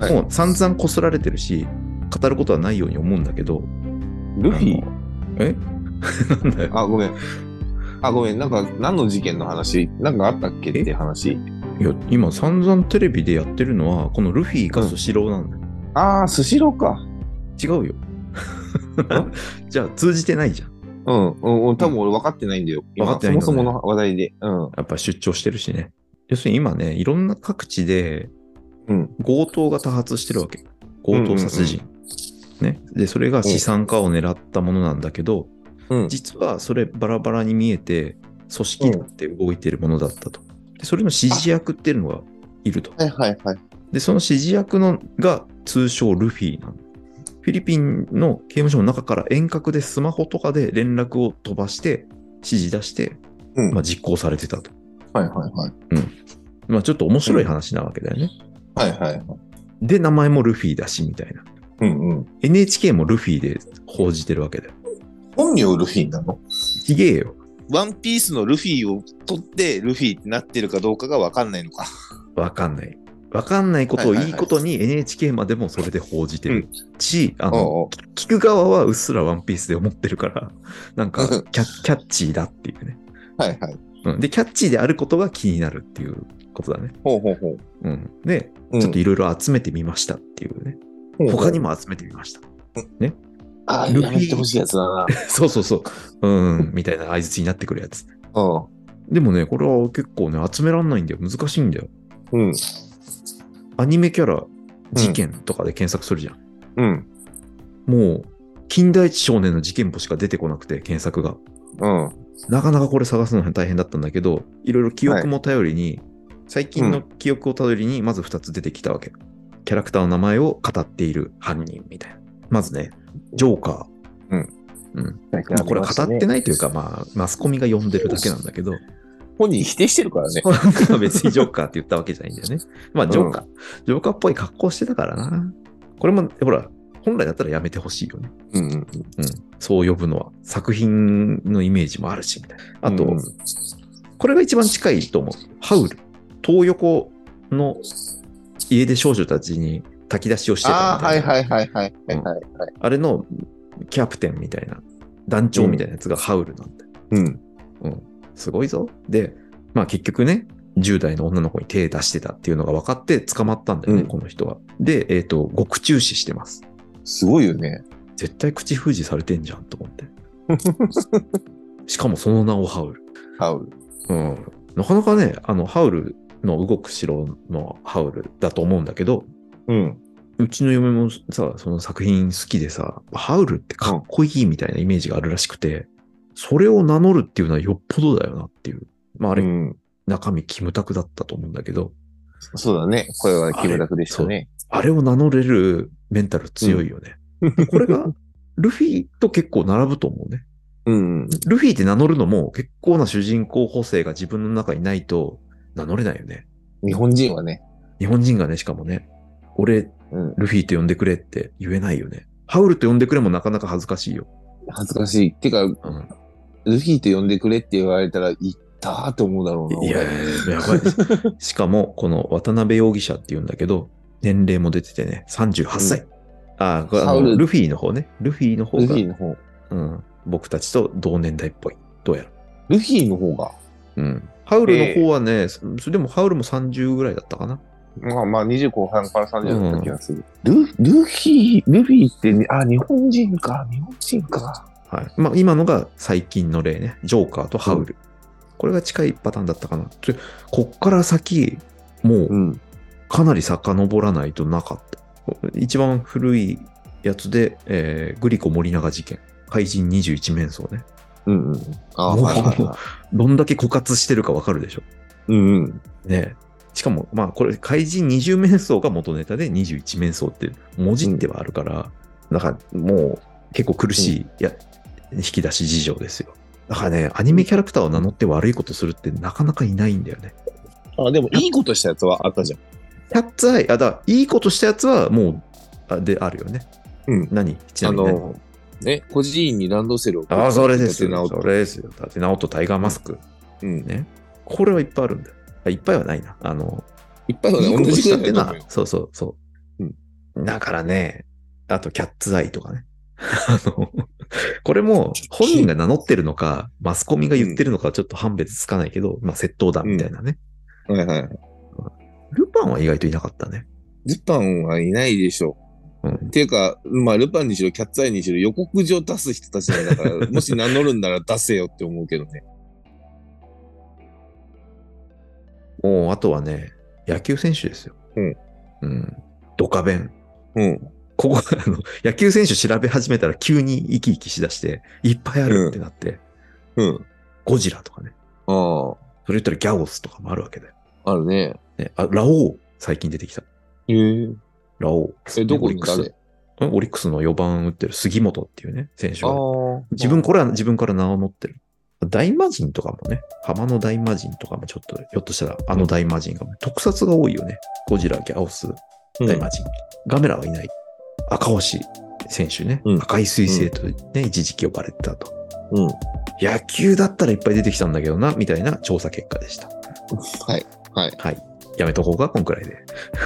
はいもう散々こすられてるし、語ることはないように思うんだけど、ルフィえ なんだよ。あ、ごめん。あ、ごめん。なんか、何の事件の話なんかあったっけって話。いや、今散々テレビでやってるのは、このルフィがスシローなんだよ。ああ、スシローか。違うよ。 じゃあ通じてないじゃん。うん、うん、うん多分俺分かってないんだよ。今分かってないんだねそもそもの話題で。うん。やっぱ出張してるしね。要するに今ね、いろんな各地でうん。強盗が多発してるわけ。強盗殺人。ね。で、それが資産家を狙ったものなんだけど、うん。実はそれバラバラに見えて、組織だって動いてるものだったと。で、それの指示役っていうのがいると。はいはいはい。で、その指示役のが通称ルフィなの。フィリピンの刑務所の中から遠隔でスマホとかで連絡を飛ばして、指示出して、うんまあ、実行されてたと。はいはいはい。まあ、ちょっと面白い話なわけだよね。はいはいはい。で、名前もルフィだし、みたいな。うんうん。 NHK もルフィで報じてるわけだよ。本名ルフィなのひげえよ。ワンピースのルフィを取って、ルフィってなってるかどうかが分かんないのか。わかんない。わかんないことをはいはいはいいいことに NHK までもそれで報じてるし、あの、おう聞く側はうっすらワンピースで思ってるから、なん かうんキャキャッチーだっていうね。おうはいはい。うん、で、キャッチーであることが気になるっていうことだね。ほうほうほう。うん、で、うんちょっといろいろ集めてみましたっていうね。ほうほう他にも集めてみました。ああ、ルやフィめてほしいやつだな。そうそうそう。うん、みたいな合図になってくるやつ。うでもね、これは結構ね、集めらんないんだよ。難しいんだよ。ん。うん。アニメキャラ、事件とかで検索するじゃん。うん。もう、近代一少年の事件簿しか出てこなくて、検索が。うん。なかなかこれ探すの大変だったんだけど、いろいろ記憶も頼りに、最近の記憶を頼りに、まず2つ出てきたわけ。キャラクターの名前を語っている犯人みたいな。まずね、ジョーカー。うん。うん。まあ、これは語ってないというか、まあ、マスコミが呼んでるだけなんだけど、本人否定してるからね。別にジョーカーって言ったわけじゃないんだよね。まあ、ジョーカー。ジョーカーっぽい格好してたからな。これも、ほら、本来だったらやめてほしいよね。うんうん。うん、そう呼ぶのは作品のイメージもあるしみたいな。あと、うんこれが一番近いと思う。ハウル。東横の家で少女たちに炊き出しをしてたあみあ、たはいいな。はいはいはい。はいはいはい。あれのキャプテンみたいな、団長みたいなやつがハウルなんだよ。うん。うん。すごいぞ。で、まあ結局ね、10代の女の子に手出してたっていうのが分かって捕まったんだよね、うんこの人は。で、えっ、と、獄中死してます。すごいよね。絶対口封じされてんじゃんと思 って。しかもその名をハウル。ハウうル。ん、なかなかね、あの、ハウルの動く城のハウルだと思うんだけど、うん。うちの嫁もさ、その作品好きでさ、ハウルってかっこいいみたいなイメージがあるらしくて、それを名乗るっていうのはよっぽどだよなっていう。まあ、ああれ、中身キムタクだったと思うんだけど、そうだね。これはキムタクでしたね。あれを名乗れるメンタル強いよね。これが、ルフィと結構並ぶと思うね。うん。ルフィって名乗るのも結構な主人公補正が自分の中にないと名乗れないよね。日本人はね。日本人がね、しかもね、俺、うん。ルフィと呼んでくれって言えないよね。ハウルと呼んでくれもなかなか恥ずかしいよ。恥ずかしい。てか、ルうん、フィと呼んでくれって言われたら、行ったーって思うだろうな。いや俺、や ばいです。しかも、この渡辺容疑者って言うんだけど、年齢も出ててね、38歳。あこれあのハウルルフィの方ね。ルフィの方ルがフ、ィの方。うん、僕たちと同年代っぽい。どうやら。ルフィの方が。うん、ハウルの方はね、そでもハウルも30ぐらいだったかな。まあまあ、20後半から30だった気がする。ルルフィ、ルフィってね、あ、日本人か。日本人か。はい。まあ、今のが最近の例ね。ジョーカーとハウル。これが近いパターンだったかな。つこっから先、もううん。かなり遡らないとなかった。一番古いやつで、えーグリコ森永事件。怪人21面相ね。うんうん。あもうはいはいはどんだけ枯渇してるかわかるでしょ。 い。うんうん。ねえしかも、まあ、これ、怪人20面相が元ネタで21面相って文字ってはあるから、だからもう結構苦しい、いや引き出し事情ですよ。だからね、アニメキャラクターを名乗って悪いことするってなかなかいないんだよね。あ、でも、いいことしたやつはあったじゃん。キャッツアイ、あ、だからいいことしたやつはもう、あで、あるよね。うん何ちなあみに何の、ね、孤児院にランドセルをああ、それです立て直よ。っそれですよ。立て直とタイガーマスク。うん。ね。これはいっぱいあるんだよ。あいっぱいはないな。あの、いっぱいはねいいこ同とじしくたっらいてだとな思うよ。そうそうそう。うんだからね、あとキャッツアイとかね。 あの、これも本人が名乗ってるのか、マスコミが言ってるのかちょっと判別つかないけど、まあ窃盗だみたいなね。はいはい。ルパンは意外といなかったね。ルパンはいないでしょうんっ。ていうか、まあ、ルパンにしろ、キャッツアイにしろ、予告状出す人たちなんだ から、もし名乗るんなら出せよって思うけどね。もうあとはね、野球選手ですよ。うん。うん。ドカベン。うん。こ こ、あの、野球選手調べ始めたら急に生き生きしだして、いっぱいあるってなって、うん。ゴジラとかね。あそれ言ったらギャオスとかもあるわけだよ。あ、あるね。ね、あ、ラオウ、最近出てきた。えー、ラオウ。え、どこオリにックス誰んオリックスの4番打ってる杉本っていうね、選手あが。あ。自分、これは自分から名を乗ってる。大魔神とかもね、浜の大魔神とかもちょっと、ひょっとしたらあの大魔神が、特撮が多いよね。ゴジラ、ギャオス、うん大魔神。ガメラはいない。赤星選手ね。うん赤い彗星とね、一時期呼ばれてたと。うん。野球だったらいっぱい出てきたんだけどな、みたいな調査結果でした。はい。はい。はい。やめとこうか、こんくらいで。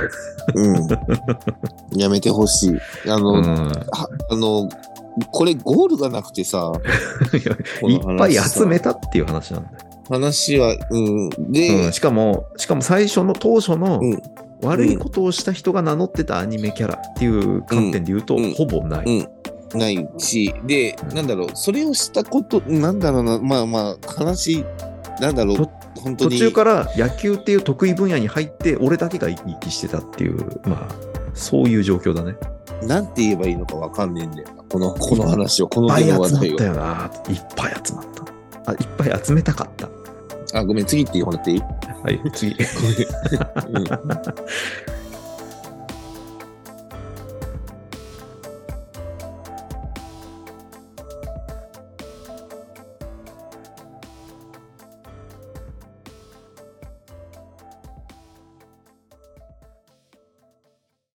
うん。やめてほしい。あの、うん。いはあの、これゴールがなくてさ、こやいの話っぱい集めさたっていう話なんだよ。話は、うん。うでん、、しかも、しかも最初の当初のうん悪いことをした人が名乗ってたアニメキャラっていう観点で言うと、うんほぼない。ないし、で、うんなんだろう、それをしたこと、なんだろうな、まあまあ、話、なんだろとう、本当途に。中から野球っていう得意分野に入って、俺だけが生き生きしてたっていう、まあ、そういう状況だね。なんて言えばいいのかわかんねえんだよな。この、この話を、こいっのぱい手集のま話題っをた。よな。いっぱい集まった。あ、いっぱい集めたかった。あ、ごめん、次って言われていいはい、次。うん